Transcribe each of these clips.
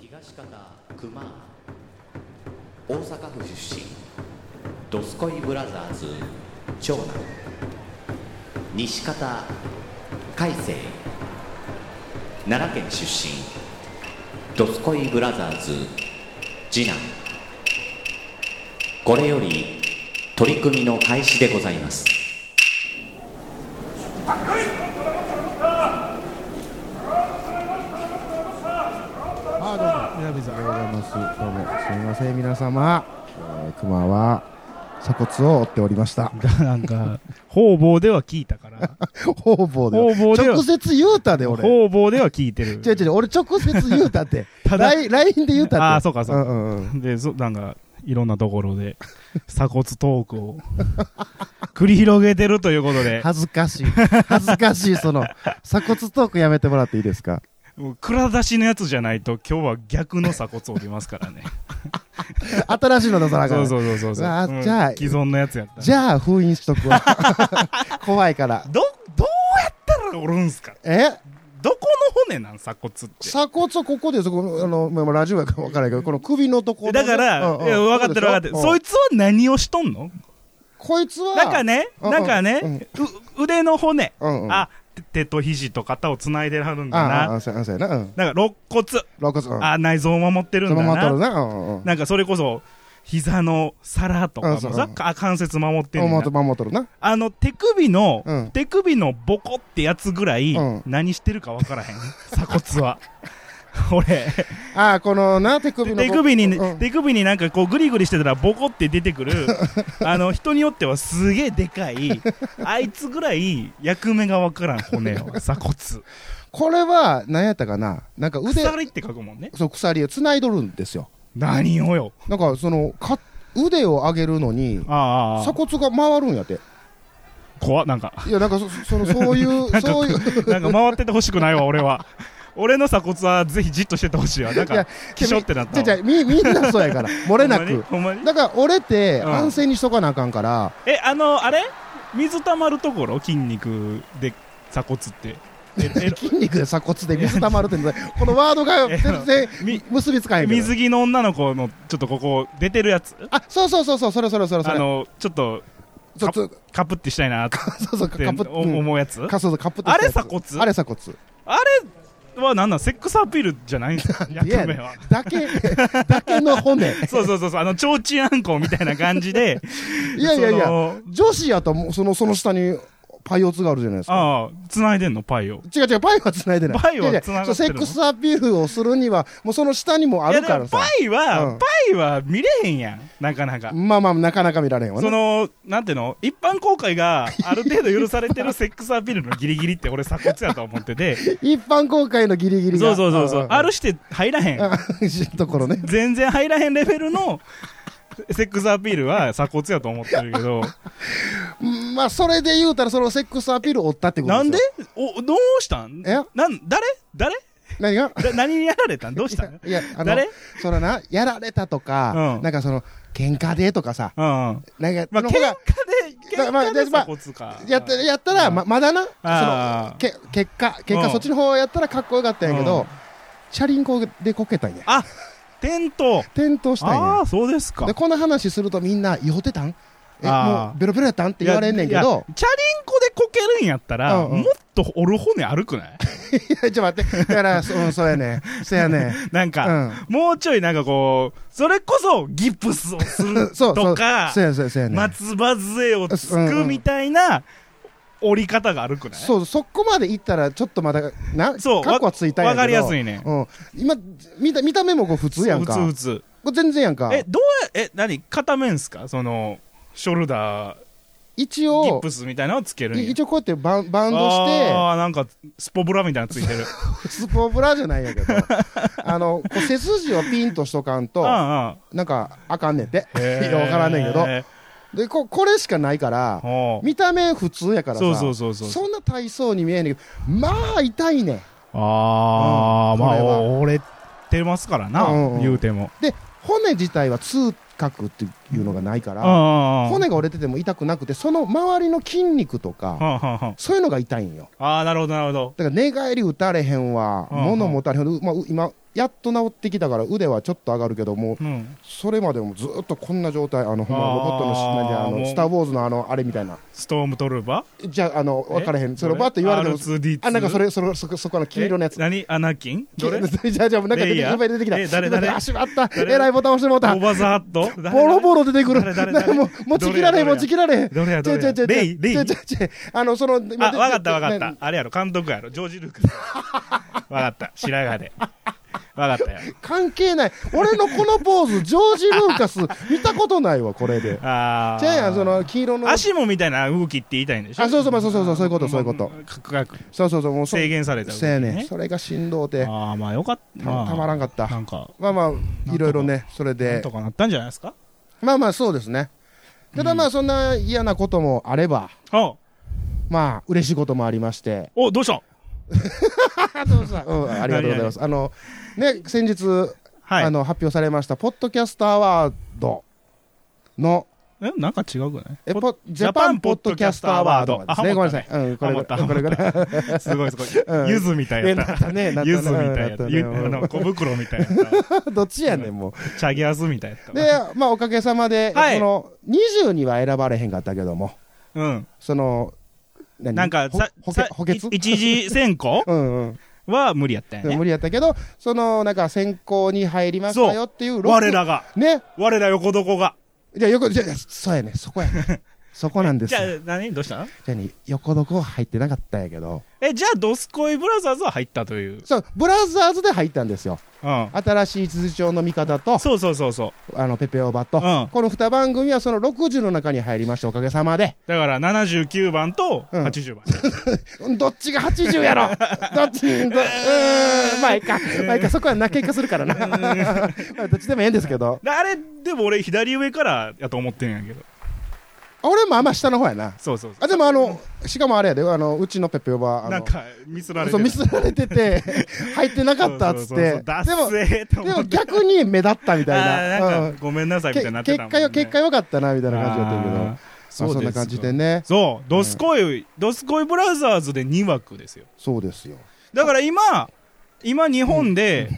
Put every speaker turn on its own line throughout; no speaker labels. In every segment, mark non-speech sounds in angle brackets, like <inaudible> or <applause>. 東方熊大阪府出身ドスコイブラザーズ長男西方海星奈良県出身ドスコイブラザーズ次男これより取り組みの開始でございます
あどうも南さんでございますどうもすみません皆様、えー、熊は鎖骨を折っておりました
だ <laughs> なんか、方々では聞いたから、
方々で
方々では
直接言うたで俺違
方々では聞いてる。
う違う俺直接言うたって
<laughs> ただ
LINE で言うたって
あーそうかそうか
んうんうん
で、そなんか、いろんなところで、鎖骨トークを繰り広げてるということで、
恥ずかしい恥ずかしいその鎖骨トークやめてもらっていいですか
もう蔵出しのやつじゃないと、今日は逆の鎖骨折りますか
<laughs>
らね。
新しいの出さなあか
そ
ん
うそうそうそうそう。
あーじゃあ
うん既存のやつやったら。
じゃあ封印しとくわ <laughs> 怖いから
ど、どうやったら折るんすか
え
どこの骨なん鎖骨って。
鎖骨はここですこのあのまあまあラジオやから分からないけどこの首のところ
だから、
うんうん
いや分かってる分かってる。
うん
そいつは何をしとんの
こいつは
なんかね、
うん
なんかね、う腕の骨。
うんうん
あ、て手と肘と肩を繋いではるんだ
ああ
な。
あ、そうやそうやな。うん。
なんか肋骨。
肋骨。うん
あ、内臓を守ってるん
そ
だ
のまま取る
な。
な。うんうんうん。
なんかそれこそ、膝の皿とかも
あそう
さ、あ関節守ってるん
守
だ
る守るな。
あの、手首の、
うん
手首のボコってやつぐらい、
うん
何してるかわからへん。 <laughs> 鎖骨は。 <laughs> 俺、
ああ、このな、手首の。
手首に、
うん
手首になんかこうグリグリしてたらボコって出てくる、 <laughs> あの、人によってはすげえでかい、
<laughs>
あいつぐらい役目がわからん骨を、鎖骨。
これは、何やったかな。なんか腕、
鎖って書くもんね。
そう、鎖を繋いどるんですよ。
何をよ。
なんか、その、か腕を上げるのに、
あああ
鎖
あ、
骨が回るんやって。
怖っなんか。 <laughs>
いや、なんかそ、その、そういう、そういう。
なんか回っててほしくないわ、俺は。 <laughs> 俺の鎖骨はぜひじっとしててほしいわ。なん
いや
か、きしょってなった
じ
わ。
ゃじゃみ、みんなそうやから。漏れなく。
ほんまにほんまに
だから、折れて、
うん
安静にしとかなあかんから、
え、あの、あれ水溜まるところ筋肉で鎖骨って。
<laughs>
え
筋肉で鎖骨で <laughs> 水溜まるってのは、このワードが全然
み
結びつかへ
え
んけど
水着の女の子のちょっとここ出てるやつ
あ、そうそうそうそう、それそれそれそ
あ
れ。
のちょっと
そうそう
カプってしたいなっ
そう <laughs> そう、カ
て
プ
お思うやつ
うん、かそうそうカプって
あれ鎖骨
あれ鎖骨。
あれはなんなんセックスアピールじゃないんですか役
<laughs> いや
目は
だけ、 <laughs> だけの骨。
<laughs> そうそうそうそうあのちょうちんあんこみたいな感じで
<laughs> いやいやい
そ
や、
の
女子やともうその、その下にパイオツがあるじゃないですか。
ああ繋いでんのパイを
違う違う、パイは繋いでない。
パイは
違う違う
繋がってるの
そうセックスアピールをするには、もうその下にもあるから
い
さ
や。でもパイは、
うん
パイは見れへんやんなかなか
まあまあ、なかなか見られへんわ
そ
ね。
のなんていうの一般公開がある程度許されてるセックスアピールのギリギリって俺鎖骨やと思ってて
一般公開のギリギリが。
そうそうそうそうん
ん
あるして入らへん
うんところね。
全然入らへんレベルのセックスアピールは鎖骨やと思ってるけど、
うんまあ、それで言うたら、そのセックスアピールを追ったってこと
なん
す
で
よ
お、どうしたん
え
なん、誰誰
何
<laughs>
が
だ何にやられたんどうしたん
いや、あの、
誰
そらな、やられたとか、
うん
なんかその、喧嘩でとかさ、
うん。
なんか、
まあ、
の
喧嘩
方が
で、
だ
喧
まあ
嘩で
でまあ
鎖骨か。
やったやったら、
うん
ままだな、そ
あ
の
ー
け結果、結
う
果、
ん
そっちの方やったらかっこよかったんやけ
うん
ど、チャリンコでこけたんや。
あ、転倒。
転倒したん
あ
や。
あ、そうですか。
で、この話するとみんな、酔ってたんえ、
あー
もう、ベロベロやったんって言われんねんけ
いやい
ど、
やチャリンコでこけるんやったら、
うんうん
もっと折る骨あるくない <laughs>
い <laughs> や、ちょっと待って、だから、そうんそうやねん、そうやねん。
なんか、もうちょいなんかこう、それこそギプスをす
うん
る
そう、そ
と
う、
か、
そうや、そうや、そうやねん。
松葉杖をつくみたいな折り方があるくない
そう、そこまで行ったら、ちょっとまだ、な、
そう
過去はついたんやけど。
わかりやすいね
うん。今、見た、見た目もこう普通やんか。
普通普通
これ全然やんか。
えどうやえ何片面すかそのショルダー
一
ギッ
応
プ、スみたいなのをつけるんや
い一応こうやってバンバンドし
ああなんかスポブラみたいなのついてる
て、スポブラじゃないんやけ
<laughs>
ど、あの、こう背筋をピンとしとかん
うん
と
うん、
なんか、あかんねんて。
へ
<laughs>
ー
いやわからんねんけど。で、ここれしかないから、
ほう
見た目普通やからさ、
そうそうそうそう
そんな体操に見えんねんけど、まあ、痛いねん。
ああ、
うん
ま
これは
あ折れてますからな、
うんうん
言うても
で、骨自体は痛覚っていうのがないから、
あ
骨が折れてても痛くなくてその周りの筋肉とか
あ
そういうのが痛いんよ
あーなるほどなるほど
だから寝返り打たれへんわ
うんうん
物持たれへん、まあ、う今やっと治ってきたから腕はちょっと上がるけどもう
うん、
それまでもずっとこんな状態あのほんま
あー
ロボットのしなんであ
もう
のスター・ウォーズのあのあれみたいな
ストームトルーバ
じゃああの
ー
分からへんそれをバッと言われても
R2D2
あなんかそれそれそこそこの黄色のやつ
え何アナキンどれ
<laughs> じゃあじゃあなんか出て
レイ
き
ヤ
たい
ー
っぱい出てきた
え誰誰
あしまった
誰
えらいボタン押してもうた
オバザーハット誰
ボロボロ出てくる
誰誰誰
もう持ちきられへん
どれや
持ちきられへん
どれやどれや
ちょいちょいちょい
レイレイ
ちょいちょいちょいあのそのあ
あ、わかったわかった。あれやろ、監督やろ、ジョージ・ルー
<laughs>
クス。わかった、白髪で。わかったよ。
関係ない俺のこのポーズジョージ・ルーカス見たことないわこれで
あ
じ
ー。
ゃあやんその黄色の
アシモみたいな動きって言いたいんでしょ
あそうそうまあそうそうそうそういうことそういうこと
もかくかく
そうそうそうもうそ
制限された動き
せやねんそれが振動で
ああ、まあよかった。
たたまらんかった
なんか、
まあまあいろいろねそれ
なん
で
とかなったんじゃないですか
まあまあそうですねただまあそんな嫌なこともあれば
あ
まあ嬉しいこともありまして
お、どうした
<laughs> うん、ありがとうございます。あの、ね、先日、
はい。
あの、発表されました、ポッドキャストアワードの、
え、なんか違うくない
え、ポジ
ジ
ャ
ャ
パ
パ
ン
ン
ポッ
ポッ
ド
ド
キ
キ
ャ
ャ
ス
ス
ト
ト
ア
ア
ワ
ワ
ー
ー
ド
ド
ですね。ご
あハ
め
マ
んな
っ
さ
た
い。うん、これ
ハマ
こ
った
れ、これこれ。
<laughs> すごいすごい
うん。
ゆずみたい <laughs> や
や
っ。
ったたねなったね
ゆずみたいやった。
うん
ゆあの小袋みたいやった。
どっちやねん、
<laughs>
も
チャギアスみたいやった。
う。で、まあ、おかげさまで、
はい
その、20には選ばれへんかったけども、
うん。
その、何
なんか、
ほ
さ、
補
さ
欠補欠
い一次選考
うんうん。
は無理やった
で
よ
も
ね。
無理やったけど、その、なんか、選考に入りましたよっていう、
我。らが、
ね。
我ら横床が。
じゃあ、よく、じゃあそうやね、そこやね。
<laughs>
そこなんです
じ
よ
ゃあ。、何どうしたの
じゃあね横床は入ってなかったんやけど、
え、じゃあ、ドスコイブラザーズは入ったという。
そう、ブラザーズで入ったんですよ。
うん。
新しい地図帳の味方と、
そうそうそうそう。
あの、ペペオバと、
うん
この2番組はその60の中に入りました、おかげさまで。
だから、79番と
うん
80番。
うんどっちが80や
<laughs>
ろどっちどうーん、まあいいか。まあいいか、そこはな、喧嘩するからな。 <laughs> まあどっちでもええんですけど。
であれ、でも俺、左上からやと思ってんやけど。
俺もあんま下の方やな。
そうそうそ
あ、でもあの、しかもあれやで、あの、うちのペペオバ、あ
う。
の、
なんか、ミスられて
そう、
た
ミスられてて、入ってなかったっつって。
そうそうそうダッ
でも、
セーって
<laughs> で
思
も
って。
逆に目立ったみたい
あ
な。
ー
うん
んか、ごめんなさいみたい
け
になって
結
たもん
果
ね。
よ結果良かったなみたいな感じだったけど
あー
まあそんな感じで
ね。
ね
そう、ドスコイ、ドスコイブラザーズで2枠ですよ。
そうですよ
だから今、今日本で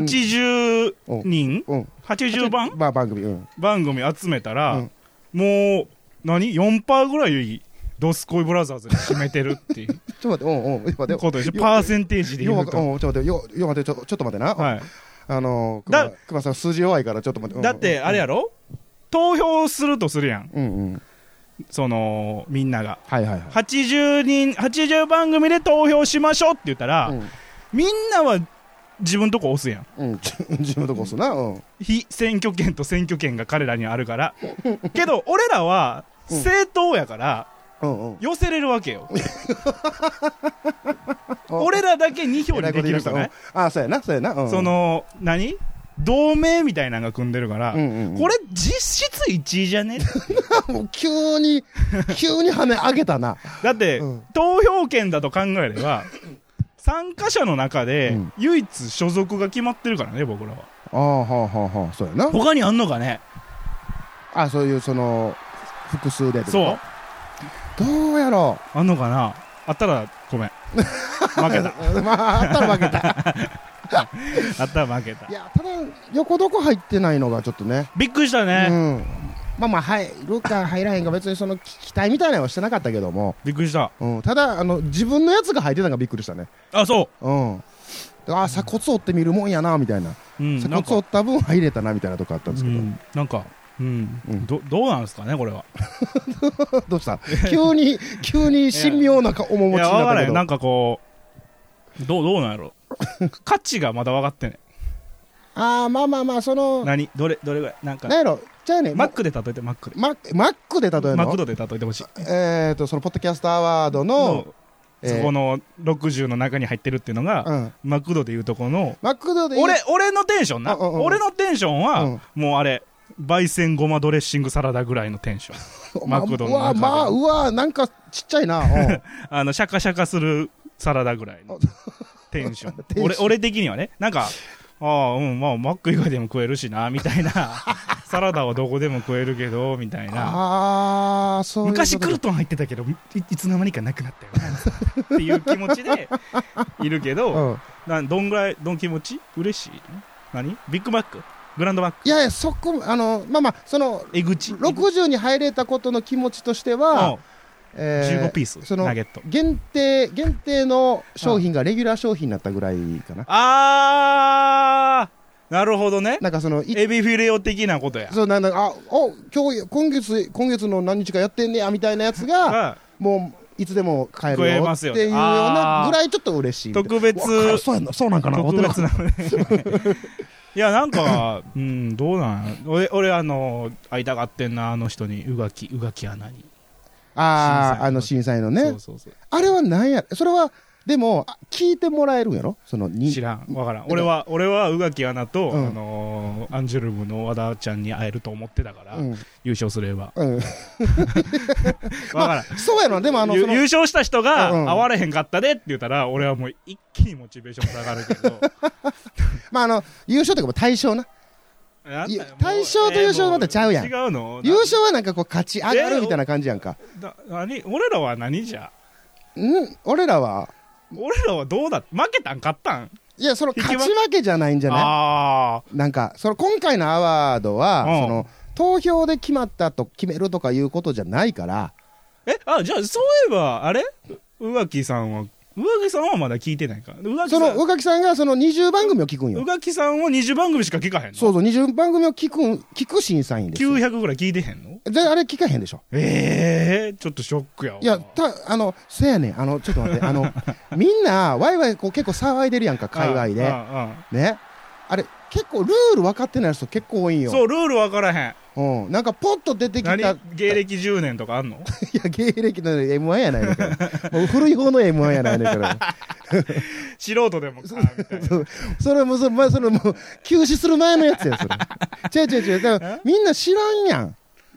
80人、
うん
80番
まあ番組うん
番組集めたら、
うん
もう、何 ?4% ぐらいドスコイブラザーズに占めてるっていう
ちょっと待ってうんうん今で
ことでしょ。パーセンテージで
よ
言
わ
う
か
と。
うんちょっと待ってよよ待ってちょちょっと待ってな、
は
あのー
だ
熊熊さん数字弱いからちょっと待っ
い。
て
だって、あれや
ろ
ろ投票するとするやん。
うんうん
その、みんなが。
はいはいは
80人、80番組で投票しましょうって言ったら、
い
みんなは自分とこ押すやん。
うんうん <laughs> じ自分のとこ押すなうん
非選挙権と選挙権が彼らにあ
<laughs>
るから。けど、俺らは
うん
政党やから、
うんうん
寄せれるわけよ。
あ
俺らだけ2
偉
票に
いこ
で
と言
き
いま
る
した
じゃ
う
なんい
あそうやなそうやなうん
その、何同盟みたいなのが組んでるから、
うんうんうん
これ実質1位じ
<laughs>
ゃね
もう急に急に跳ね上げたな <laughs>
だって、
うん
投票権だと考えれ
<laughs>
ば、参加者の中で
うん
唯一所属が決まってるからね、僕らは。
ああはあはあはあそうやな
他にあんのかね
あそういうその複数でってこと
そう。
どうやろう
あんのかなあったら
<laughs>
ごめん負けた
まあ、あったら負けた。
あったら負け
<laughs>
た
いや、ただ、横どこ入ってないのがちょっとね。
びっくりした
う
ね、
ん。まあまあ、入るか入らへんか、別にその期待みたいなのはしてなかったけども、
びっくりした
うん、ただ、あの、自分のやつが入ってたのがびっくりしたね。
あそ
うん。あ、鎖骨折ってみるもんやな、みたいな。
う、うん、
鎖
な
骨
んか
折った分入れたな、みたいなとこあったんです
う
けど。
んなんかうん、
うん
どどうなんですかねこれは
どうした <laughs> 急に、急に神妙な顔面持
い
ちに
や
な
分か
っ
ら
たけ
へん
ど。
なんかこうどうどうなんやろ <laughs> 価値がまだ分かってない
ああ、まあまあまあ、その、
何どれどれぐらいなんか
なんやろ、じゃあね、マ
マックで例えてマックで
ママックで例える
マク
の
ドで例えてほしい
えっと、その、ポッドキャストアワードの、
の
え
そ
ー
この60の中に入ってるっていうのが、
うん。
マクドでいうとこの
マクドで言う
俺俺のテンションな
うんうんうん
俺のテンションは、
うん
もうあれ焙煎ごまドレッシングサラダぐらいのテンションマクドの
うわ
中で
まあうわなんかちっちゃいなう
<laughs>
ん
あのシャカシャカするサラダぐらいのテンショ
<laughs>
ン
ンション <laughs>
俺俺的にはねなんかああうんまあマック以外でも食えるしなみたいなそサラダはどこでも食えるけどみたいな
ああそういうこと
昔クルトン入ってたけどいいつの間にかなくなったよなっていう気持ちでいるけ
う
ど、
ん
なんどんぐらいどん気持ち嬉しい何ビッグマックグランドマック
いやいやそこあのまあまあその
えぐち
60に入れたことの気持ちとしては、
の
えー
15ピース
その
ナゲット
限定限定の商品がレギュラー商品になったぐらいかな
あーなるほどね
なんかそのい
エビフィレオ的なことや
そうなんだあお今日今月今月の何日かやってんねやみたいなやつが
が
もういつでも買える
食え
よ
ま
っ
す
ていうよう
よ
な
あー
ぐらいちょっと嬉しいみたいな
特別
うわそうやんなそうなんかな
特別
思って
な
<laughs>
いやなんかうんどうなんや俺俺あの会いたがってんなあの人にうがきうがき穴に
たああ
審査員の
あの震災のね
そうそうそう
あれはなんやそれはでもあ聞いてもらえるんやろそのに
知らんわからん
でも
俺は俺は宇垣アナと、
うん
あのーアンジュルムの和田ちゃんに会えると思ってたから、
うん
優勝すれば
うん、 <laughs>
わからん、
そうやろでもあの
ゆ
その
優勝した人が
うんう
会
ん
われへんかったでって言ったら俺はもう一気にモチベーション下がるけど
まああの優勝というか対象な
なんだよもう
大賞と優勝またちゃうやん
えーもう違うの
優勝はなんかこう勝ち上がるみたいな感じやんか、
なな何俺らは何じゃ
うん俺らは
俺らはどうだ負けたん勝ったん
いやその
引き分
勝
け
ち負けじゃないんじゃない
あ
なんかその今回のアワードは、
うん
その投票で決まったと決めるとかいうことじゃないから
あえあじゃあそういえばあれ宇垣さんは宇垣さんはまだ聞いてないか宇垣
そ
さ
の
ん
宇垣さんがその20番組を聞くん
宇
よ
垣さんは20番組しか聞かへんの
そうそう20番組を聞くん聞く審査員ですよ
900ぐらい聞いてへんの
であれ聞かへんでしょ
ええちょっとショックやわ
いやたあのせやねんあのちょっと待ってあ
<laughs>
のみんなワイワイこう結構騒いでるやんか界隈
うん
で
うんうん
ねあれ結構ルール分かってない人結構多いんよ
そうルール分からへん
うん、なんかポッと出てきた、いや
何、芸歴10年とか
<laughs>
あんの
芸歴の M1 やない
<laughs>
ねんから、もう古い方の M1 やないねんから、
素人でもかみたい
<laughs>
な
そうそれもそ,、まあ、それもう休止する前のやつや、それ。
<laughs>
違う違う違う、だからみんな知らんやん。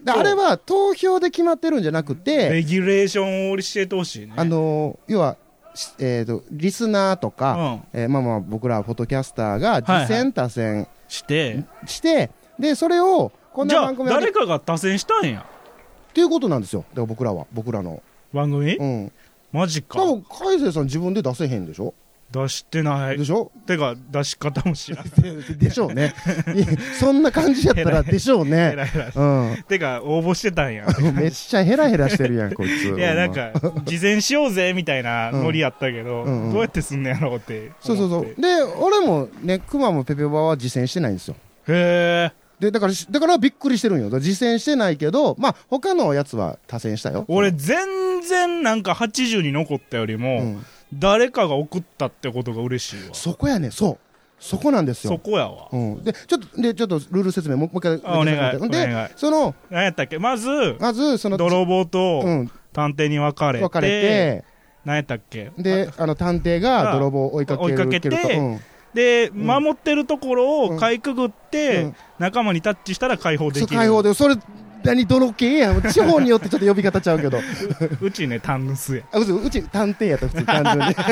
で
そう
あれは投票で決まってるんじゃなくて、
レギュレーションを教えてほしいね
あのー要は、しえー、とリスナーとか、えーまあまあ僕ら、フォトキャスターが、
は
次
い
戦、他戦
して
して、で、それを、こん
じ
な
ゃあ
番組や
誰
る
かが多選したんや
っていうことなんですよ、だから僕らは、僕らの。
番組、
うん。
マジか
多分、海星さん自分で出せへんでしょ
出してない
でし
<laughs>
ょ
てか出し方も知らん
<laughs> でしょうね。 <laughs> いそんな感じやったらでしょう
ヘ
ね。
ラヘラ
うん。
てか応募してたんや
<laughs> めっちゃヘラヘラしてるやん、こいつ。
いやなんか事前しようぜみたいなノリやったけど、
うんうん
どうやってすんねやろうって
ほんま。そうそうそ
思っ
う
て。
で、俺もね、クマもペペバは実践してないんですよ。
へえ
で、だからし、だからびっくりしてるんよ。だから実践してないけど、まあ、他のやつは多選したよ。
俺全然なんか80に残ったよりも、
うん
誰かが送ったってことが嬉しいわそ
そこやね、そう。そこなんですよ。
こやわ、
うん。で、ちょっと、で、ちょっとルール説明もうもう一回。
あお願い
で
お願い
その、
何やったっけまず
まず、その、
泥棒
う
と
ん、
探偵に分かれて,、
分かれ
何やったっけ
て、で、あの、探偵が泥棒を追いかける。
追いかけて
うん
で、
ん
守ってるところ
うん
をかいくぐって、
うん
仲間にタッチしたら解放で
そう
きる
解放でそれ何泥系やん地方によってちょっと呼び方ちゃうけど
うちねタンスや
あうちうち探偵やった普通単純にじゃあ
<laughs>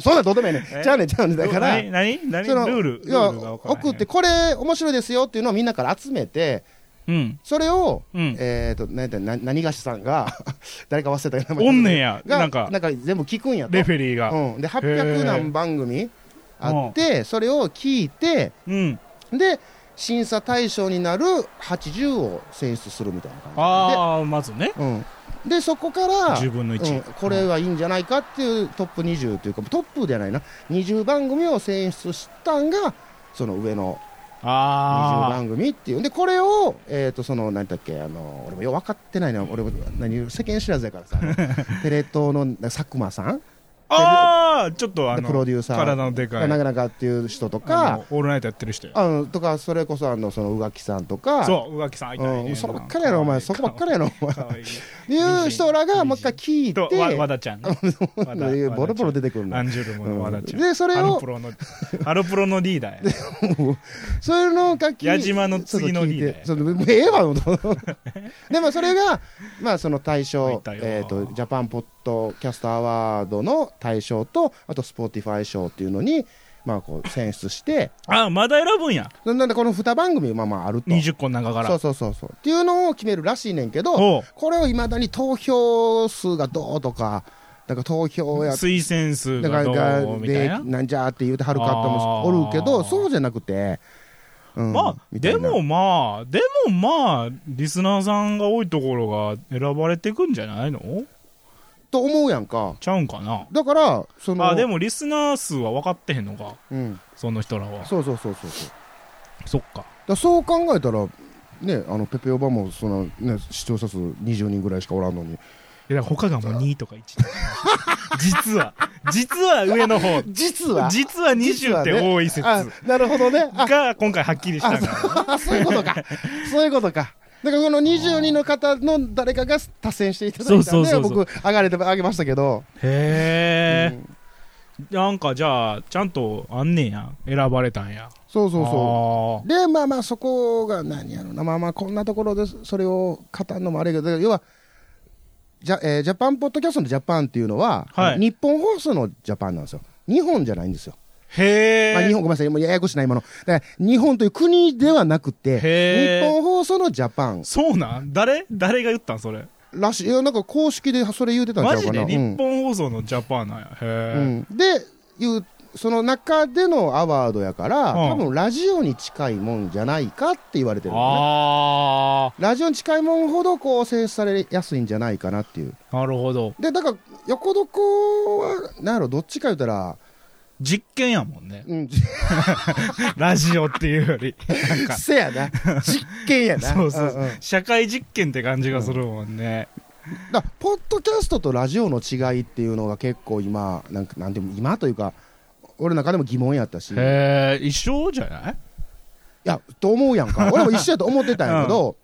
そんなんどうでもいいね
え
ちゃうねんちゃうねんだから
何何何
その
ルールル
いや
ールが分からへん
送ってこれ面白いですよっていうのをみんなから集めて
うん
それを、
うん
えっ、と何やったな何がしさんが <laughs> 誰か忘れたけど名前
おんねんや
が
なんか
なんか全部聞くんやと
レフェリーが
うん、で800何番組あってそれを聞いて
うん
で審査対象になる80を選出するみたいな感じで
ああまずね
うん、でそこから
10分の1
うんこれはいいんじゃないかっていうトップ20というかトップじゃないな20番組を選出したんがその上の20
ああ
番組っていうでこれを、えー、とその何だっけあの俺もよう分かってないな俺も何世間知らずやから
<laughs>
さあのテレ東の佐久間さん
ああちょっとあ
で
の
プロデューサー
体のでかい
なかなかっていう人と
あ
か
のオールナイトやってる人や
あのとかそれこそあのその宇垣さんとか
そう宇垣さん会いたいね
うん、そこばっかりやろお前そこばっかりやろお前
かわいい
いう人らがもう一回聞いて
とわ和田ちゃんね和田
いやボロボロ出てくるの
アンジュルムの和田ちゃん
でそれを
ハロプロのハロプロのリーダーや
それの楽器
矢島の次のリーダーや
ちょっと聞いてちょっとええ
<laughs>
わもうでもそれがまあその大
入っ
賞
たよ
えっ、とジャパンポッドキャストアワードの大賞とあとスポーティファイ賞っていうのにまあ、こう選出して
あまだ選ぶんや
そんなんでこの2番組まあまああると
20個の中から
そうそうそうそうっていうのを決めるらしいねんけど
おう
これをいまだに投票数がどうとかなんか投票や
推薦数
な
が
ん
ど
か
うみたい
で
な
なんじゃーって言うてはる方もおるけ
あー
どそうじゃなくて、うん
まあ
みたい
で
な
もまあでもまあリスナーさんが多いところが選ばれてくんじゃないの
と思うやんか
ちゃうんかな
だからその
あでもリスナー数は分かってへんのか
うん、
その人らは
そうそうそうそうそうだか
そっから
そう考えたらねあのペペオバもその、ね、視聴者数20人ぐらいしかおらんのに
いやだから他がもう2とか1 <laughs> 実は実は上の方
実は
実は20って多い説
あなるほどねあ
が今回はっきりしたから
あそういう
<laughs>
ことかそういうことかだからこの22の方の誰かが達成していただいた
そ
ん
うそう
で
そうそう
僕上がれてあげましたけど、
へ
う
え、
ん
なんかじゃあちゃんとあんねんや選ばれたんや
そうそうそ
そう
でまあまあそこが何やろなまあまあこんなところでそれを語るのもあれやけどだから要はジャ,、えージャパンポッドキャストのジャパンっていうのは、
はい
日本放送のジャパンなんですよ日本じゃないんですよ、
うへえ、
まあ、日本ごめんなさいもうややこしいな今のだから日本という国ではなく
へ
て日
ー
本放送のジャパン
そうなん誰誰が言ったんそれ
らしいいやなんか公式でそれ言うてたんちゃ
マ
う
ジ
かな
で日
うん
本放送のジャパンなんやへえ、
うん、でいうその中でのアワードやから、
うん
多分ラジオに近いもんじゃないかって言われてるのね
あ
ラジオに近いもんほどこう選出されやすいんじゃないかなっていう
あなるほど
でだから横床はなんやろどっちか言うたら、
実験やも
<laughs>
んね
うん、
ラジオっていうよりなんか
せやな
<laughs>
実験やな
そうそうそうん
ん
社会実験って感じがするもんね、
だからポッドキャストとラジオの違いっていうのが結構今なんかなんていうの今というか俺の中でも疑問やったしい
へえ一緒じゃない
やと思うやん
<laughs>
か俺も一緒やと思ってたんやけど、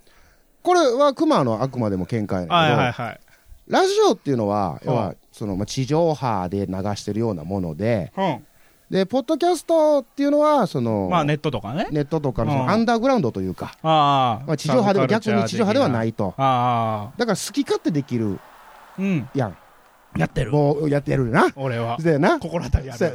これは熊のあくまでも見解やねんけど、
はいはいはい
ラジオっていうのは、
うん
要はそのまあ地上波で流してるようなもので、
うん
でポッドキャストっていうのはその、
まあネットとかね
ネットとかのそ
うん
のアンダーグラウンドというか、
ああ、
まあ、地上波では逆に地上波ではいないと、
あ
だから好き勝手できる
あ、うん。
やん、
やってる。
もうやってやるよな、
俺は。
せやな、
心当たりあ
せ
る。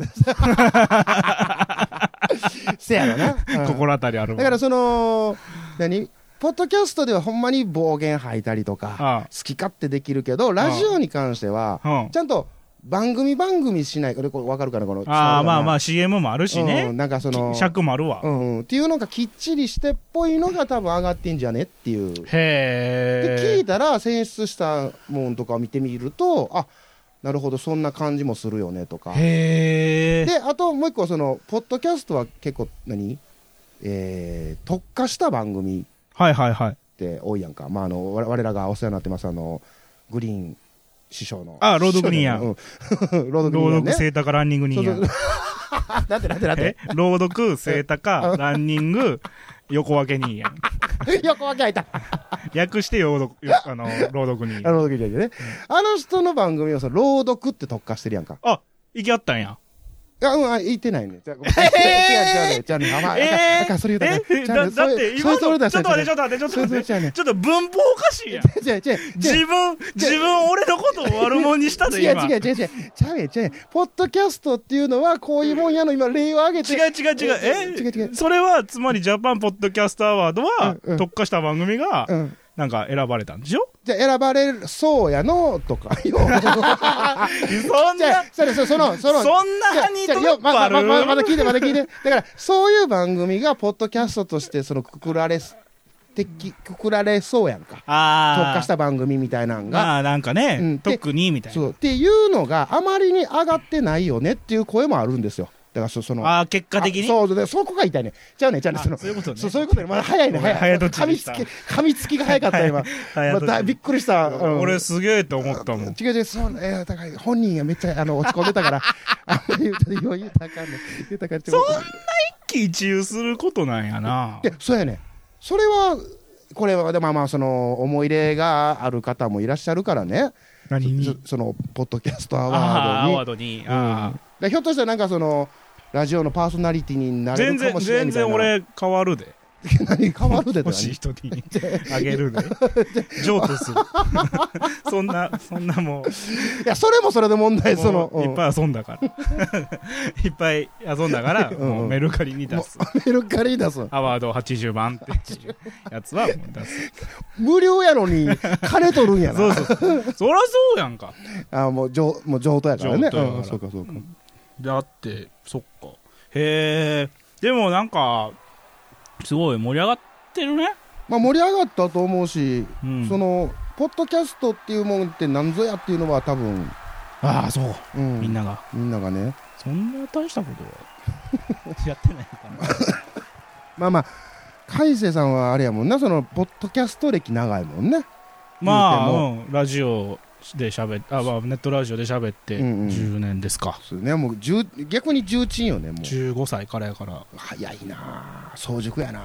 せやろな、 <laughs> うん
心当たりあるわ。
だからその、何、ポッドキャストではほんまに暴言吐いたりとか、
あ
好き勝手できるけど、ラジオに関しては、
あ、うん。
ちゃんと番組番組しない、これ、これ分かるかな、この、
ああ、まあま
あ
あ CM もあるし
うん、
ね。
なんかその
尺もあるわ
う。んうん、っていうのがきっちりしてっぽいのが多分上がってんじゃねっていう、で聞
へ
いたら選出したもんとかを見てみるとあなるほどそんな感じもするよねとか
え。へえ。
であともう一個そのポッドキャストは結構何、えー特化した番組
はいはいはい。
って多いやんか、まあ、あの我我らがお世話になってますあのグリーン師匠の
あロードグリーン
う
や
ん <laughs> ロードグリー
朗
ンや
読、
ね
セータかランニング人
そう
や。
あなんてなんてなん
え
て
朗読、セータか、ランニング、横分け人や。
横分け開いた
略して朗読、よあの、朗読人
あ
や。
の時々ね、あの人の番組はさ、朗読って特化してるやんか。
あ、行きあったんや。
いや、うん、あ言ってないね。じゃあ、ごめん違う違う違う、じゃあね、あまあ、
えー
あかんあかんそれ言うた
え
らあか
だ
ん、
だって今のちょっと待って、ちょ
ょ
っと待って、ちょっと待って。
ちゃうね。
ちょっと文法おかしいやん。
違う違う違う違
自分、自分俺のことを悪者にした
う
で、
違う
今。
違う違う違う違う違う違う違うポッドキャストっていうのはこういうもんやの今例を挙げて
違う違う違う。え
違う違う
それは、つまりジャパンポッドキャストアワードは
うんう、ん
特化した番組が、
うん
なんか選ばれたんでしょ
じゃあ選ばれるそうやのとか
<laughs>
よ
そん
じゃ
な
あ、それそそのその
そんなハニートラップ
ま
あ
まままだ
る
聞いてまだ聞いてだからそういう番組がポッドキャストとしてそのくくられすてきくくられそうやんか特
あ
化し
あ。
た番組みたいなんが、
まあ、なんか
う
ね
ん、で
特にみたい
そ
な。
うっていうのがあまりに上がってないよねっていう声もあるんですよだからそその
ああ、結果的
あ
に。
そうそうでそこが痛いねじゃあねじゃあね
あ
その
そういうことね
そそういうことねまだ早いね
ごめん
早い
早とち
噛
り
み
し
つ
た
き噛みつきが早かった今、
<laughs> 早
ま
とちり
だびっくりした、うん
俺すげえと思ったもん。
違う違う、そうね、えーだから本人がめっちゃあの落ち込んでた
<laughs>
から、あんまり言うたら余裕たかんね言うたらあかんって
そ
こ
ん
と
な一喜一憂することなんやな。
でそうやねそれはこれはでまあまあその思い入れがある方もいらっしゃるからね
何
そそのポッドキャストア
ああ
ワ
ー、
ー
ア
ド
ワー
に
ドに。あ
でひょっとしたらなんかそのラジオのパーソナリティにな
あ
れ
全
るか
然、
もしれない
全
みたいな
然俺変わるで。
何変わるで
欲しい人に <laughs> あげるで譲渡する <laughs> そんなそんなもう
いやそれもそれで問題その
もういっぱい遊んだから <laughs> いっぱい遊んだから
うん
<laughs> もうメルカリに
うん
出
も
す
うメルカリ出す
アワード80万っていうやつはもう出す
無料やのに金取るんやな
<laughs> そうそうそうそらそうやんか
あもう上もう上等やからね
上等やから
うんそうかそうか、
だってそっかへえでもなんかすごい盛り上がってるね
まあ盛り上がったと思うし、
うん
そのポッドキャストっていうもんって何ぞやっていうのは多分、
ああそう
うん、
みんなが
みんながね
そんな大したこと <laughs> はやってないかな
まあまあ海星さんはあれやもんなそのポッドキャスト歴長いもんね
まあ、
言うて
うん、ラジオで喋ってあ、まあ、ネットラジオで喋って
うんうん
10年ですか、
そうねもう重逆に重鎮よねもう
15歳からやから
早いなあ早熟やなあ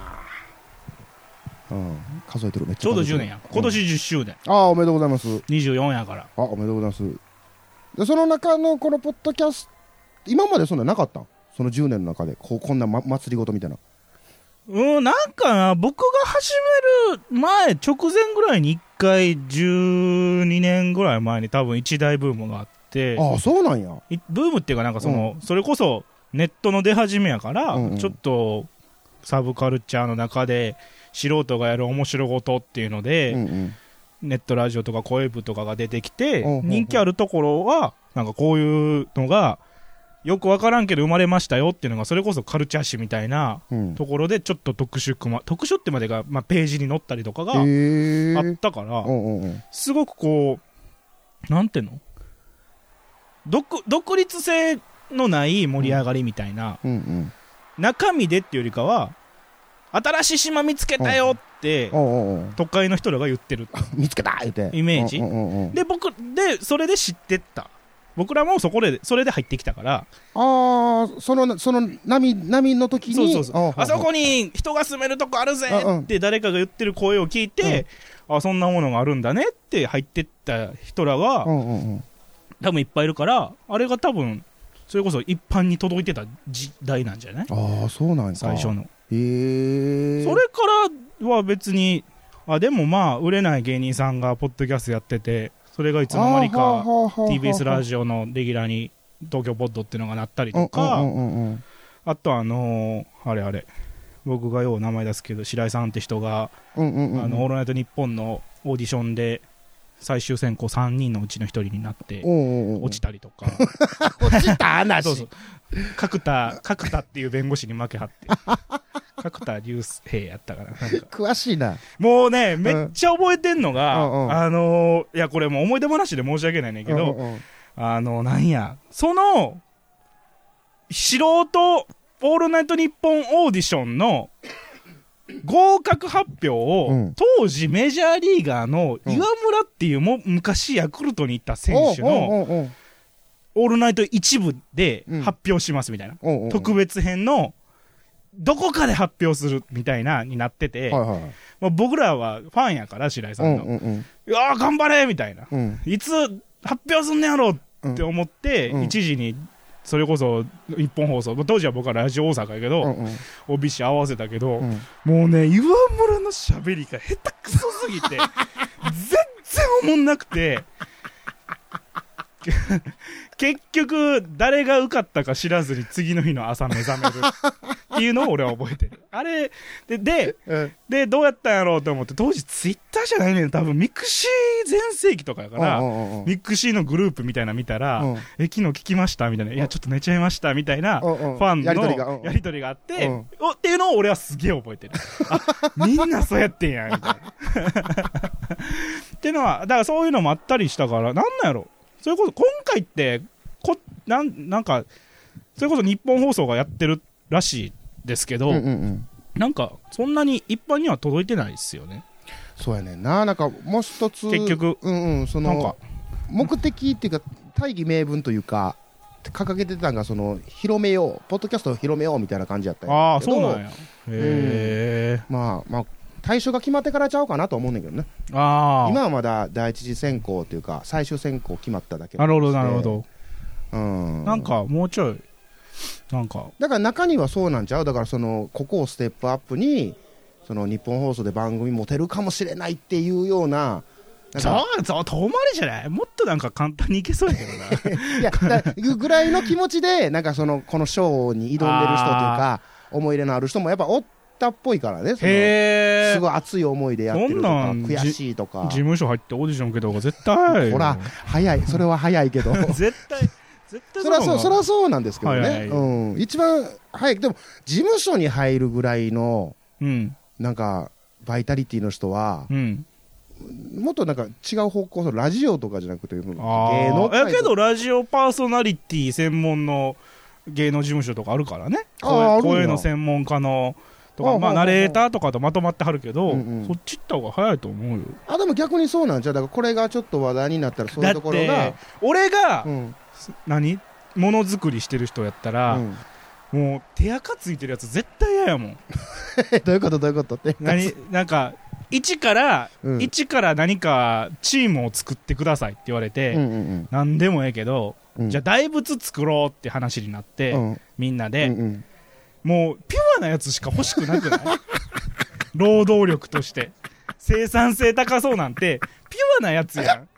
うん数えてるめっち
ち
ゃ
ょうど
数えてる
10年や今年
うん
10周年、
ああおめでとうございます
24やから
あおめでとうございますでその中のこのポッドキャスト今までそんななかったんその10年の中でこうこんな、ま、祭りごとみたいな
うんなんかな僕が始める前直前ぐらいに1回12年ぐらい前に多分一大ブームがあって
ああそうなんや
いブームっていうかなんかその、それこそネットの出始めやから、
うんうん
ちょっとサブカルチャーの中で素人がやる面白事っていうので、
うんうん
ネットラジオとか声部とかが出てきて、
うんうんうん
人気あるところは、なんかこういうのが、よくわからんけど生まれましたよっていうのが、それこそカルチャー誌みたいな
うん
ところで、ちょっと特集組ま、特集ってまでが、まあ、ページに載ったりとかがあ
へ
っ
え
たから
う、んうんうん
すごくこう、なんていうの独独立性のない盛り上がりみたいな、
うんうん
中身でっていうよりかは、新しい島見つけたよって
お、うおうおう
都会の人らが言ってる
見つけた言うて
イメージ
うんうんうんうん
で僕でそれで知ってった僕らもそこでそれで入ってきたから
ああそのその波波の時に
そうそうそう
おうおうおう
あそこに人が住めるとこあるぜ
あうん
って誰かが言ってる声を聞いて、あそんなものがあるんだねって入ってった人ら
う
が
んうんうん
多分いっぱいいるからあれが多分それこそ一般に届いてた時代なんじゃない
ああそうなんや
最初の
へえ
それからは別にあでもまあ売れない芸人さんがポッドキャストやっててそれがいつの間にか TBS ラジオのレギュラーに東京ポッドっていうのがなったりとか、
うんうんうんうん
あとあのーあれあれ僕がよう名前出すけど白井さんって人が「
うんうんうん
あのオールナイトニッポン」のオーディションで最終選考3人のうちの1人になって
おうおうおう
落ちたりと
<laughs>
か
落ちた話
そうそう角田角田っていう弁護士に
<laughs>
負けはって角田竜兵やったからなんか
詳しいな
もうねめっちゃ覚えてんのが、
うんうん
あのーいやこれもう思い出話で申し訳ないねんけど、
うんうんうん
あの、なんや、その、素人、オールナイトニッポンオーディションの合格発表を、
うん
当時メジャーリーガーの
うん
岩村っていうも、昔ヤクルトに行った選手の
おうおうおう
オールナイト一部で
うん
発表しますみたいな。
おうおうおう
特別編のどこかで発表するみたいなになって
は
て、
いはいはい
まあ、僕らはファンやから白井さんの、
うんうん
うわー頑張れみたいな
うんうん
いつ発表すんねやろって思って、
うん
一時にそれこそ一本放送まあ当時は僕はラジオ大阪や
う
け
ん
ど、
うん
帯市合わせたけど、
うん
もうね岩村の喋りが下手くそすぎて
<laughs>
全然おもんなくて <laughs> 結局誰が受かったか知らずに次の日の朝目覚めるっていうのを俺は覚えてるあれでで
うん
でどうやったんやろうと思って当時ツイッターじゃないねん多分ミクシー全盛期とかやから、
うんうんうん
ミクシーのグループみたいなの見たら、
うん
え、昨日聞きましたみたいな、いや、ちょっと寝ちゃいましたみたいな、
う
フ
んうん
ァン
やりとりがう
の
ん
やりとりがあって、
うん
おっていうのを俺はすげえ覚
<laughs>
えてる。あ、みんなそうやってんや、みたいな。っていうのは、だからそういうのもあったりしたから、なんなんやろ。それこそ今回って、こ、なん、なんか、それこそ日本放送がやってるらしいですけど、
うんうんうん
なんか、そんなに一般には届いてないですよね。
そうやねんななんかもう一つ
結局
うんうんそ
なんか
の、目的っていうか大義名分というか掲げてたのがその広めようポッドキャストを広めようみたいな感じやったん
ああ、
けど
そうなんや。へえ。
まあまあ対象が決まってからちゃうかなと思うねんだけどね
ああ。
今はまだ第一次選考というか最終選考決まっただけ
なるほど、
で
なるほど。
うん
なんかもうちょい、なんか、
だから中にはそうなんちゃうだからそのここをステップアップにその日本放送で番組持てるかもしれないっていうようななんか
そうそう遠回りじゃないもっとなんか簡単にいけそうやけ
<laughs>
どな
いやだいうぐらいの気持ちでなんかそのこのショーに挑んでる人という
<laughs>
か思い入れのある人もやっぱおったっぽいからねその
へ
す
え
ごい熱い思いでやってるとか
そんなん
悔しいとか
事務所入ってオーディション受けた方が絶対
ほら早いそれは早いけど
絶対絶対
それはそうそれはそうなんですけどね、
はいはい
うん、一番早いでも事務所に入るぐらいの
うん
なんかバイタリティの人は、
うん
もっとなんか違う方向そのラジオとかじゃなくて芸
あー
能界とか
やけどラジオパーソナリティ専門の芸能事務所とかあるからね
あーあるんや
声声の専門家のと
あ
か
ーほうほ
ま
うほ
あ
う
ナレーターとかとまとまってはるけど、
うんうん
そっち行った方が早いと思うよ
あでも逆にそうなんじゃうだからこれがちょっと話題になったらそうい
だ
う
っ
ところが
て俺が、
うん
何ものづくりしてる人やったら、
うん、 <laughs>
もう手垢ついてるやつ絶対嫌やもん
えどういうことどういうことって
何なんか一から、
うん
一から何かチームを作ってくださいって言われて、
うんうん
何でもええけど、
うん
じゃあ大仏作ろうって話になって、
うんうん
みんな
う
で、
ん
もうピュアなやつしか欲しくなくない <laughs> 労働力として生産性高そうなんてピュアなやつやん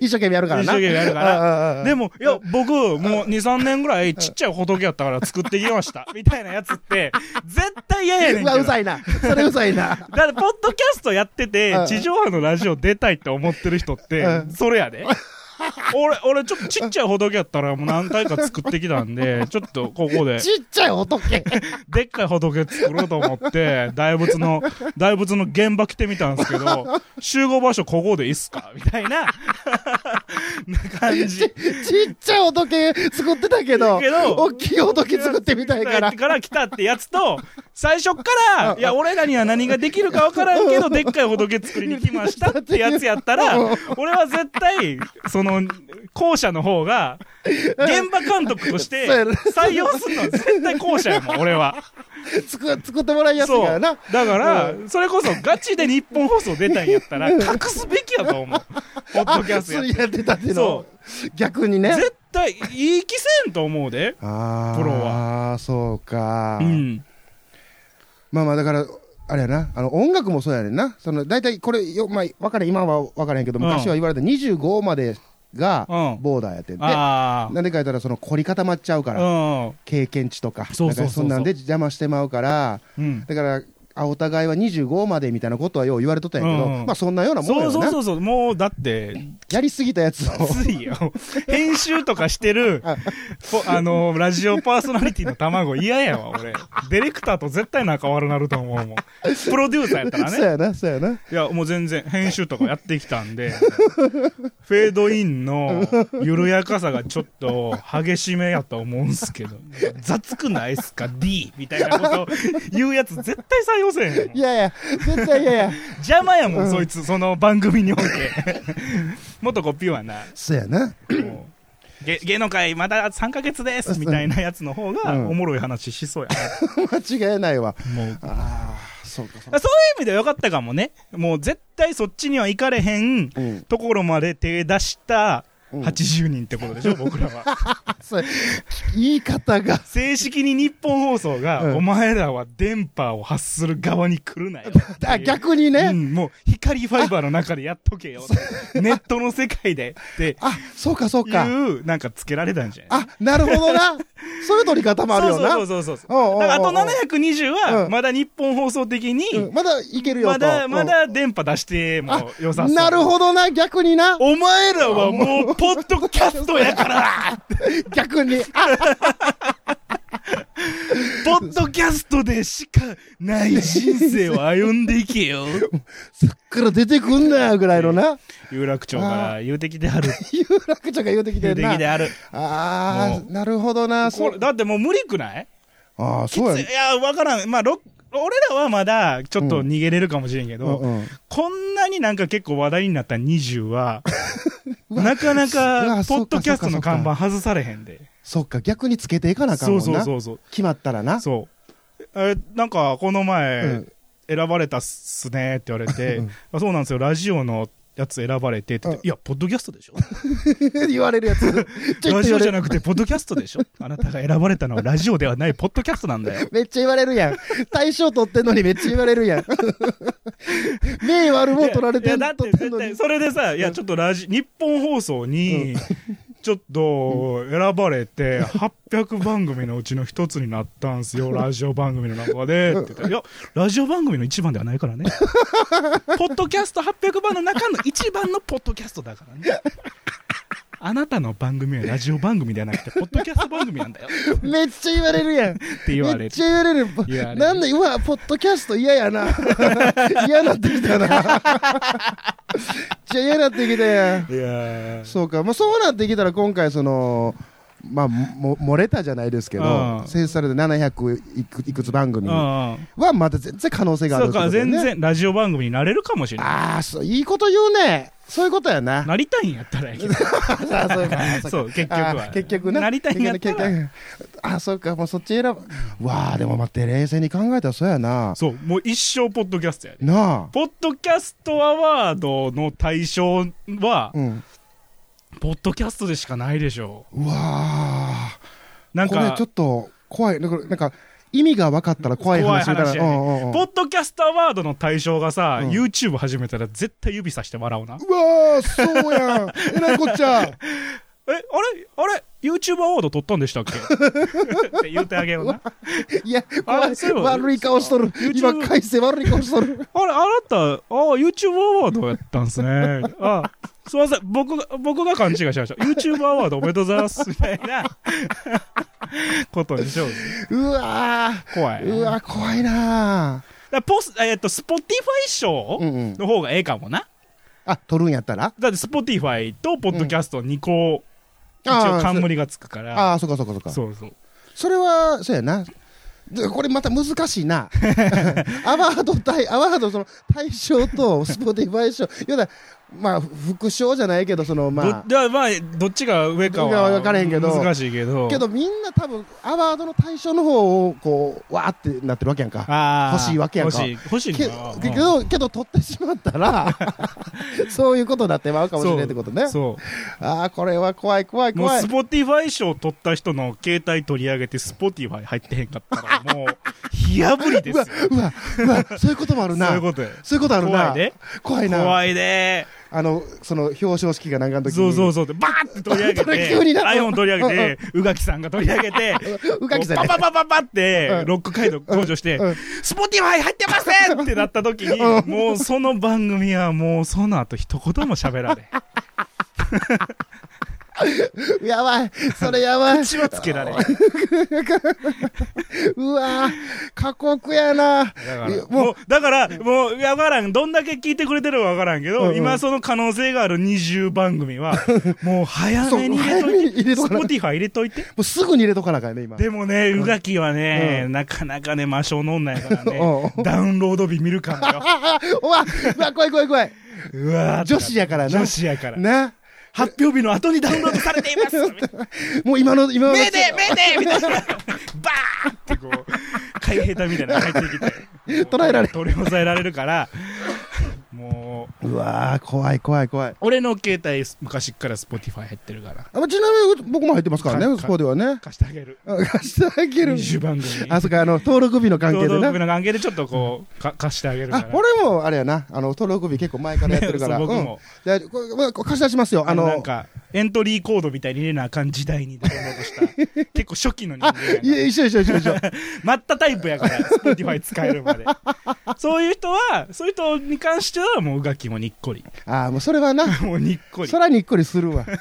一生懸命やるからな
一生懸命やるか
から
でも、いや、僕、もう2、3年ぐらいちっちゃい仏やったから作ってきました。みたいなやつって、
<laughs>
絶対嫌やねん
う
け
わ
ど。
うざいなそれうざい
<laughs>
な
だから、ポッドキャストやってて
うん、
地上波のラジオ出たいって思ってる人って
う、ん
それ
<laughs>
やで。俺、俺、ちょっとちっちゃい仏やったら、もう何回か作ってきたんで、ちょっとここで、
ちっちゃい仏
でっかい仏作ろうと思って、大仏の、大仏の現場来てみたんですけど、集合場所ここでいいっすかみたい
<laughs>
な、な感じ。
ちっちゃい仏作ってたけど
けど
大きい仏作ってみたいから
来たってやつと、最初っから、いや、俺らには何ができるかわからんけど、でっかい仏作りに来ましたってやつやったら、俺は絶対、その、後者の方が、現場監督として
そうやな
採用するのは絶対後者やもん、俺は。
作作ってもらいやすいからな
だから、それこそガチで日本放送出たんやったら、隠すべきやと思う。ポッドキャストや
そ
っ
れ
て。
やってたっていうのを
そ
逆にね
絶対、いい気せんと思うで。
あ
プロ
あそうか
うん。
まあまあだからあれやなあの音楽もそうやねんなその大体これよ、まあ、わからん今は分からへんけど
うん
昔は言われて25までが
うん
ボーダーやってんで、
あ
なんでか言ったらその凝り固まっちゃうから、
あ。うん。
経験値とか
そう
な
そうそうそう
んかそんなんで邪魔してまうから
うん。
だからあお互いは25までみたいなことはよう言われとったんやけど、
うんうん
まあそんなようなもんや
そ
ろ
うそう
な
そうそう、もうだって、
やりすぎたやつを
ついよ。編集とかし
<laughs>
てる、こあの、ラジオパーソナリティの卵嫌やわ、俺。ディレクターと絶対仲悪なると思うもん。プロデューサーやったら
<laughs> そう
ね。
やなそうやない
や、もう全然、編集とかやってきたんで、フェードインの緩やかさがちょっと激しめやと思うんすけど、雑くないっすか ?D! みたいなこと言うやつ絶対採用せえへんもん
い。やいや絶対いやいや
邪魔やもん、そいつ、その番組において。 <laughs> もっとこう、ピュアな。
そうやな <laughs>
もうげ芸能界まだ3か月ですみたいなやつの方が
うん
おもろい話しそうや
間違いないわ
な、もうそういう
ああそうかそうか
意味ではよかったかもねもう絶対そっちには行かれへん
うん
ところまで手出した
うん
80人ってことでし
<laughs>
ょ、僕らは
そう言い方が
正式に日本放送が、
うん
お前らは電波を発する側に来るなよ
<laughs> あ逆に
う
ね、
んもう光ファイバーの中でやっとけよネットの世界で
<laughs>
って
あそうかそう
い
か
うなんかつけられたんじゃない
あなるほどなそういう取り方もあるよな
そうそうそうそうそ
お
う
うおうおう
だからあと720
う
は
ん
まだ日本放送的に、
うんまだいけるよと
まだ
うん
まだ電波出しても良さそう
なるほどな逆にな
お前らはもうポッドキャストやから
<laughs> 逆にあ
ポッドキャストでしかない人生を歩んでいけよ
そっから出てくんなよぐらいのな
有楽町から言うてきである
<laughs> 有楽町が言うてき
言
て
う
る
てきで
な
ある
あ
も
あなるほどなそ
これ
う
だってもう無理くない
ああ
きつ
そうや
い
ね
やわからんまあろ俺らはまだちょっと逃げれるかもしれんけど、
うんうん
こんなになんか結構話題になった20は、
<laughs>
なかな
う
か
わ、
ポ
そ
ッ
うか
ドキャストの看板外されへんで。
そっか逆につけていかなあかん
そう
もん
そう
な
そうそう。
決まったらな
そう。え、なんか、この前、
うん
選ばれたっすねって言われて、あそうなんですよ、ラジオのやつ選ばれてって言って、いや、ポッドキャストでしょ
言われ
<laughs>
るやつ。 <laughs> ちょ
ラ
いち
ジ
ょい言
オじゃ
われ
なくて、ポッドキャストでしょあなたが選ばれたのはラジオではない、ポッドキャストなんだよ。
めっちゃ言われるやん。大賞取ってんのにめっちゃ言われるやん。 <laughs> 名悪も取られて
いや
ん
だっ
取っ
て
てん
絶
の
対
に。
それでさ、いや、ちょっとラジ、日本放送に、ちょっと選ばれて、800番組のうちの一つになったんすよ、ラジオ番組の中で。って言ったらいや、ラジオ番組の一番ではない
<laughs>
からね。ポッドキャスト800番の中の一番のポッドキャストだからね。あなたの番組はラジオ番組ではなくて、ポッドキャスト番組なんだよっ
めっちゃ言われるやん。
て言わ
め
れ
っ
る
ち。ゃ言われる
言われる
なんでうわポッドキャスト嫌やな <laughs> 嫌なってき
<laughs>
たなじゃあ嫌なってきたやん
いやー
そうか、まあ、そうなってきたら今回そのまあも漏れたじゃないですけど
うん
選出されて700いくいくつ番組は
あ
また全然可能性
あ
があるっ
そう
てこ
か、
とだよ
全
ね
然ラジオ番組になれるかもしれない。
ああそういいこと言うねそういうことやな
なりたいんやったらやけ
あ <laughs>
ど。
そうかそうか
そう、結局
あ
は
ー。結局な
なりたいんやった
結
ら。
局あそうかもうそっち選ぶわあでも待って冷静に考えたらそうやな
そう、もう一生ポッドキャストやで。
なあ
ポッドキャストアワードの対象は、
うん
ポッドキャストでしかないでしょう。
うわあ
なん
これ
か
ちょ、っと怖いなんかなんか意味が分かったら怖い話みたいな
怖い話やね
うんうんうん
ポッドキャストアワードの対象がさ、
うん
YouTube 始めたら絶対指さして笑うな。
うわあそうやん <laughs> えらいこっちゃ
え、あれあれ ?YouTube アワード取ったんでしたっけって言うてあげような。
いや怖い
そういうこと
悪い顔しとる
そう
今
YouTube
返せ悪い顔しとる
あれ、あなた、ああ、YouTube アワードやったんすね。あすいません。僕が、僕が勘違いしました。YouTube アワードおめでとうございます。みたいな、ことでしょうね。
うわあ
怖い。
うわあ怖いな
だからポス、えっと、スポティファイ
うん
賞
うん
の方がええかもな。
あ撮るんやったら
だって、スポティファイとポッドキャスト2個、一
あ
応
ー
冠がつくから。
ああそうかそうかそうかそ
そうそう。
れはそうやなでこれまた難しい
<laughs>
なアワード対アワードその対象とスポティファイ賞要はまあ副賞じゃないけどそのまあ
どじゃあまあ、どっちが上か
どっちが
は。
分からへんけど
難しいけど。
けどみんな多分アワードの対象の方をこうわーってなってるわけやんか
あー、
欲しいわけやんか
欲しい。欲しい
け
んだ
けどけど取ってしまった
<laughs>
らそういうことになってまうかもしれないってことね
そう。
ああこれは怖い怖い
もう
怖い
スポティファイ賞取った人の携帯取り上げてスポティファイ入ってへんかったらもう
<laughs>
火あぶりです
う
よ
わうわうわそういうこともあるな
そういうことや
そういうことあるな
怖いね
怖いな
怖いね
あのその表彰式がなんかの時に
そうそうそうってバーって取り上げて
急にな
iPhone 取り上げて宇垣さんが取り上げて
うかきさん
パ
ね
パパパパって
うん
ロック街道登場して
うん
「スポティファイ入ってません!」ってなった時に
う
もうその番組はもうその後一言も喋られん
<laughs> やばいそれやばい
口はつけられん
うわー過酷やな
だ
い
から
や、
も
も
う、だから、もう、わからん。どんだけ聞いてくれてるかわからんけど、
うんうん
今その可能性がある20番
<laughs>
組は、もう早
そう
めに入れと
早めに
い
入
て、
れ
スポ
とかな
ティファイ入れといて。
もうすぐに入れとかなあかんね今
でもね、うがきはね、
う
なかなかね、魔性の女やか
<laughs>
らね
う、ん
ダウンロード日見るかも
<laughs>
よ。
ああうわうわ怖い怖い怖いう
わー
女子やからな
女子やから。
な
発表日の後にダウンロードされてい
<laughs>
ます
もう今の今の
めでめでみた
<laughs>
いな。バーンってこう、海兵隊みたいなのが入ってきて。
<laughs> 捉えられ
取り押さえられるから、もう、
うわー怖い怖い怖い
俺の携帯昔から Spotify 入ってるから
あちなみに僕も入ってますから
か
ねスポーではね
貸してあげる
あ貸してあげる
20番組
あそっかあの登録日の関係で
登録
な
の関係でちょっとこうか貸してあげるか
あ
ら
俺もあれやなあの登録日結構前からやってるから
ねそう
う
僕
ん
も
じゃあこれまあこれ貸し出しますよあ
あのなん
の
かエントリーコードみたいに入れなあかん時代にダウンロードした結構初期の人
<laughs> あ
間や
い
な
や一緒一緒一緒一
<laughs>
緒
待ったタイプやから Spotify 使えるまでそういう人はそういう人に関してはもううがきもにっこり
あーもうそれはな
もうにっこり
そらにっこりするわ <laughs> だっ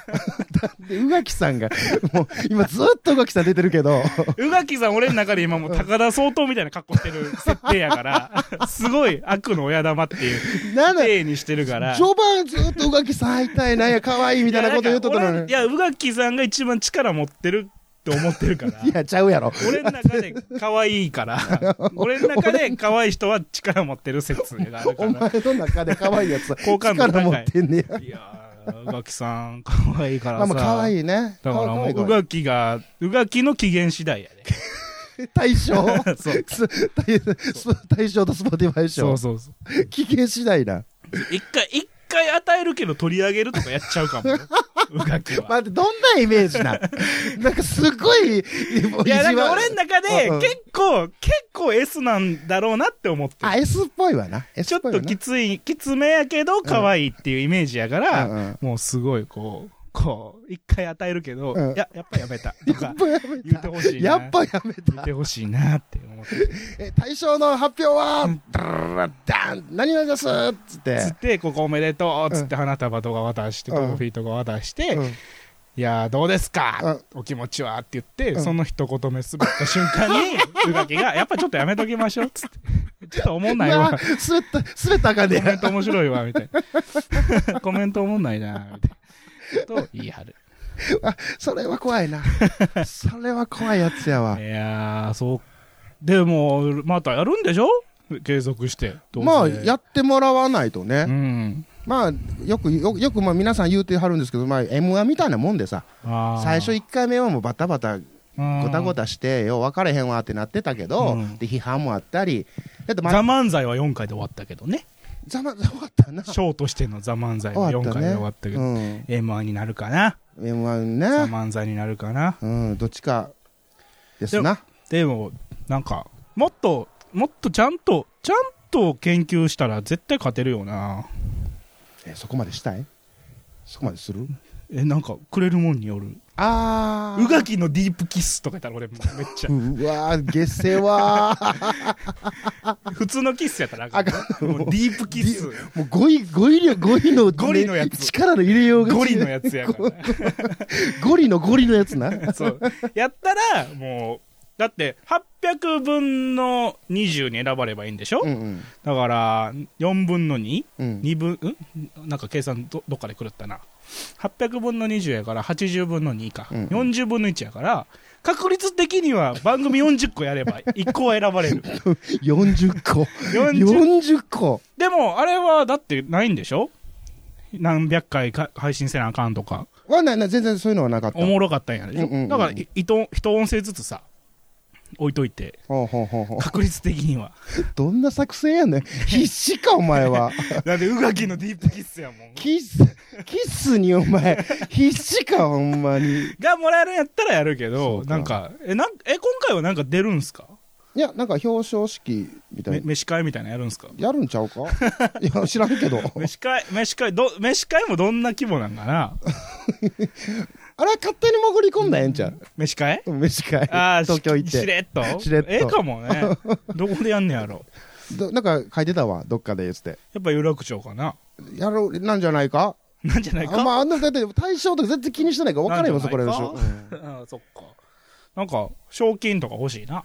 て宇垣さんがもう今ずっと宇垣さん出てるけど
宇垣さん、俺の中で今もう高田総統みたいな格好してる設定やから、すごい悪の親玉って
<laughs>
いう、
なんだ
例にしてるから。
序盤ずっと宇垣さん会いたいなんや可愛いみたいなこと言うとったのに
いや、なんか俺いや宇垣さんが一番力持ってるって思ってるから。
いや、ちゃうやろ。
俺の中で可愛い
<laughs>
から。俺の中で可愛い人は力持ってる説があるか
お前
ら。
の中で可愛いやつは
好感度高い
力持ってんねや。
いやー、宇垣さん、可愛いから
まあ
さ。
まあ可愛いね。
だから
可
も
愛
う、
い可
宇
愛い
垣が、宇垣の機嫌次第やで。
<laughs> 大賞
そう
す大大賞とスポティファイ
そ
賞
う。そうそう。
期限次第だ。
一回、一回与えるけど取り上げるとかやっちゃうかもよ。うがきは。
待って、どんなイメージ
<laughs>
なんなんかすごい、い
いや、なんか俺の中で
うんうん
結構、結構 S なんだろうなって思ってる
あ、S っぽいわな。
ち
S
ょ
っ
っ
ぽい
と
わな
きつい、きつめやけど可愛いっていうイメージやから、
うんうん
もうすごいこう、こう、一回与えるけど、
うん
いや、やっぱやめた。とか、言ってほしいな。
やっぱやめ。
言ったてほしいなって思って。
え大賞の発表は、ダララダン何々ですっつって。
つって、ここおめでとうっつって花束とか渡して、
うん
トロフィーとか渡して、
うん
いやーどうですか、お気持ちはって言って、
うん
その一言目滑った瞬
<laughs>
間に、うがきが、やっぱちょっとやめときましょうっつって。ちょっとおもんないう
わ
わ。
滑った、滑ったらあかん
コメン
ね
ト面白いわ、みたいな。コメントおもんないな、みたいな。と言い張る。
あそれは怖い
<laughs>
な。それは怖いやつやわ
い。やー、そう。でも、またやるんでしょ継続して。どうせ
まあ、やってもらわないとね。
うん。
まあ、よく、よよく、まあ、皆さん言うてはるんですけど、まあ、M1 みたいなもんでさ、最初
ご
1回目はもうバタバタ、ごたごたして、よう分かれへんわってなってたけど、
うん
で、批判もあったり、だってま、
ザ・漫才は4回で終わったけどね。
ざま、ざ <laughs> まったな。
ショーとしてのザ・漫才は
終わ
4
った
回
ね。
で終わったけど、
うん。
M1 になるかな。ザ・
M1 ね。
漫才になるかな。
うん、どっちか、ですな。
でも、なんか、もっと、もっとちゃんと、ちゃんと研究したら絶対勝てるよな。
え、そこまでしたいそこまでする
え、なんか、くれるもんによる。
あー。
うがきのディープキスとかやったら俺めっ
<laughs>
ちゃ。
うわー、下世話
<laughs> 普通のキスやったらあかん。もうディープキス。
もう語彙、語彙力、語彙の、
ゴリのやつ
力の入れようが違う
ゴリのやつやから。
ゴリの <laughs> ゴリのやつな。
そう。やったら、もう、だって、800分の20に選ばればいいんでしょ、
うんうん。
だから、4分の 2?2
うん。
分、んなんか計算どどっかで狂ったな。800分の20やから80分の2か。
うんうん
40分の1やから、確率的には番組40個やれば1個は選ば
<laughs>
れる。
40個。
40
40個。
でも、あれはだってないんでしょ何百回か配信せなあかんとか。
はな、な、全然そういうのはなかった。
おもろかったんやでしょ、
うんうんうん
だからい一一音声ずつさ置いといて
ほうほうほうほう。
確率的に
<laughs>
は
どんな作戦やねん。必死か、お前は。 <laughs>
だって宇垣のディープキスやもん
キス、キスにお前、必死か、ほんまに。
がもらえるんやったらやるけ
そ
ど
うか
なんかえなんえ今回はなんか出るんすか
いや、なんか表彰式みた
め
いな。
飯会みたいなのやるんすか
やるんちゃうか <laughs> いや、知らんけど。
飯会飯会ど飯会もどんな規模なん
<laughs>
かな
あれは勝手に潜り込んだらええんちゃう
飯会
うん <laughs> 飯会。
ああ
東京行っ。
してれっと
しれっと
ええか
<laughs>
もねどこでやんねやろ
どなんか書いてたわ、どっかで言って。
やっぱ有楽町かな
やろう、なんじゃないか
なんじゃないか
あまあ、あんな、だって対象とか全然気にしてないから分からへんわ、そこらでしょ。
<laughs> あそっかなんか賞金とか欲しいな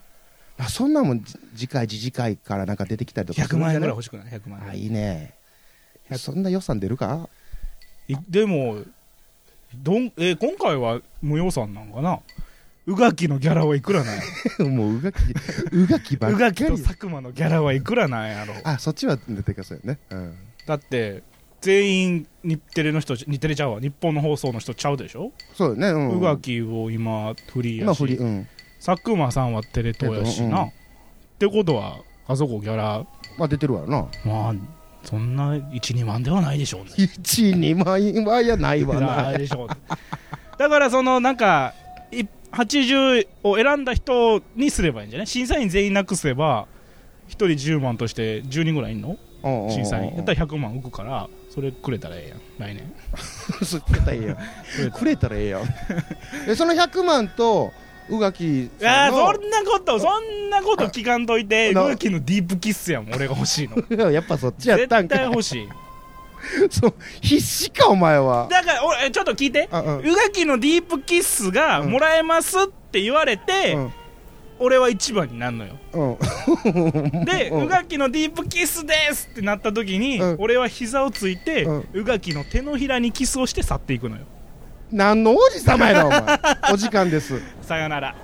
あそんなもん、じ次回、次次回からなんか出てきたりとかする
100
んじゃ
万
な
円ぐらい欲しくない100万円
あ、いいね。そんな予算出るか <laughs>
いでもどん、えー今回は無予算なんかな宇垣のギャラはいくらな
<laughs>
んや
もう、うがき、うがきばっ
宇
か
垣と
り。
佐久間のギャラはいくらなんやろ
あ、そっちは出てくださいね。うん。
だって全員日テレの人日テレちゃうわ日本の放送の人ちゃうでしょ
そうだね、うん。
宇垣、を今フリー
今
や
振り、
し
うん。
佐久間さんはテレ東やしな、
うんうん
ってことはあそこギャラ
まあ、出てるわよな。
まあそんな12万ではないでしょうね
1、2万円はやないわ
な
な。
いでしょうだからそのなんかい80を選んだ人にすればいいんじゃない審査員全員なくせば1人10万として10人ぐらいいんの審査員やったら100万浮くからそれくれたらええやん来年
そうくれたらええ
<laughs>
やん
くれた
くれたらええやんえその100万と宇垣
いや
さん
ーそ
の
んなことそんなこと聞かんといて
な
ルーキーのディープキッスやもん俺が欲しいの
やっぱそっちや
絶
ったん
対
か
欲しい
<laughs> そう必死かお前は
だから俺えちょっと聞いて
あうん
宇垣のディープキッスがもらえますって言われて、
うん
俺は一番になるのよ
うん
で
うん
宇垣のディープキスですってなった時に、
うん
俺は膝をついて
うん
宇垣、の手のひらにキスをして去っていくのよ
何の王子様やなお前お時間です
さよなら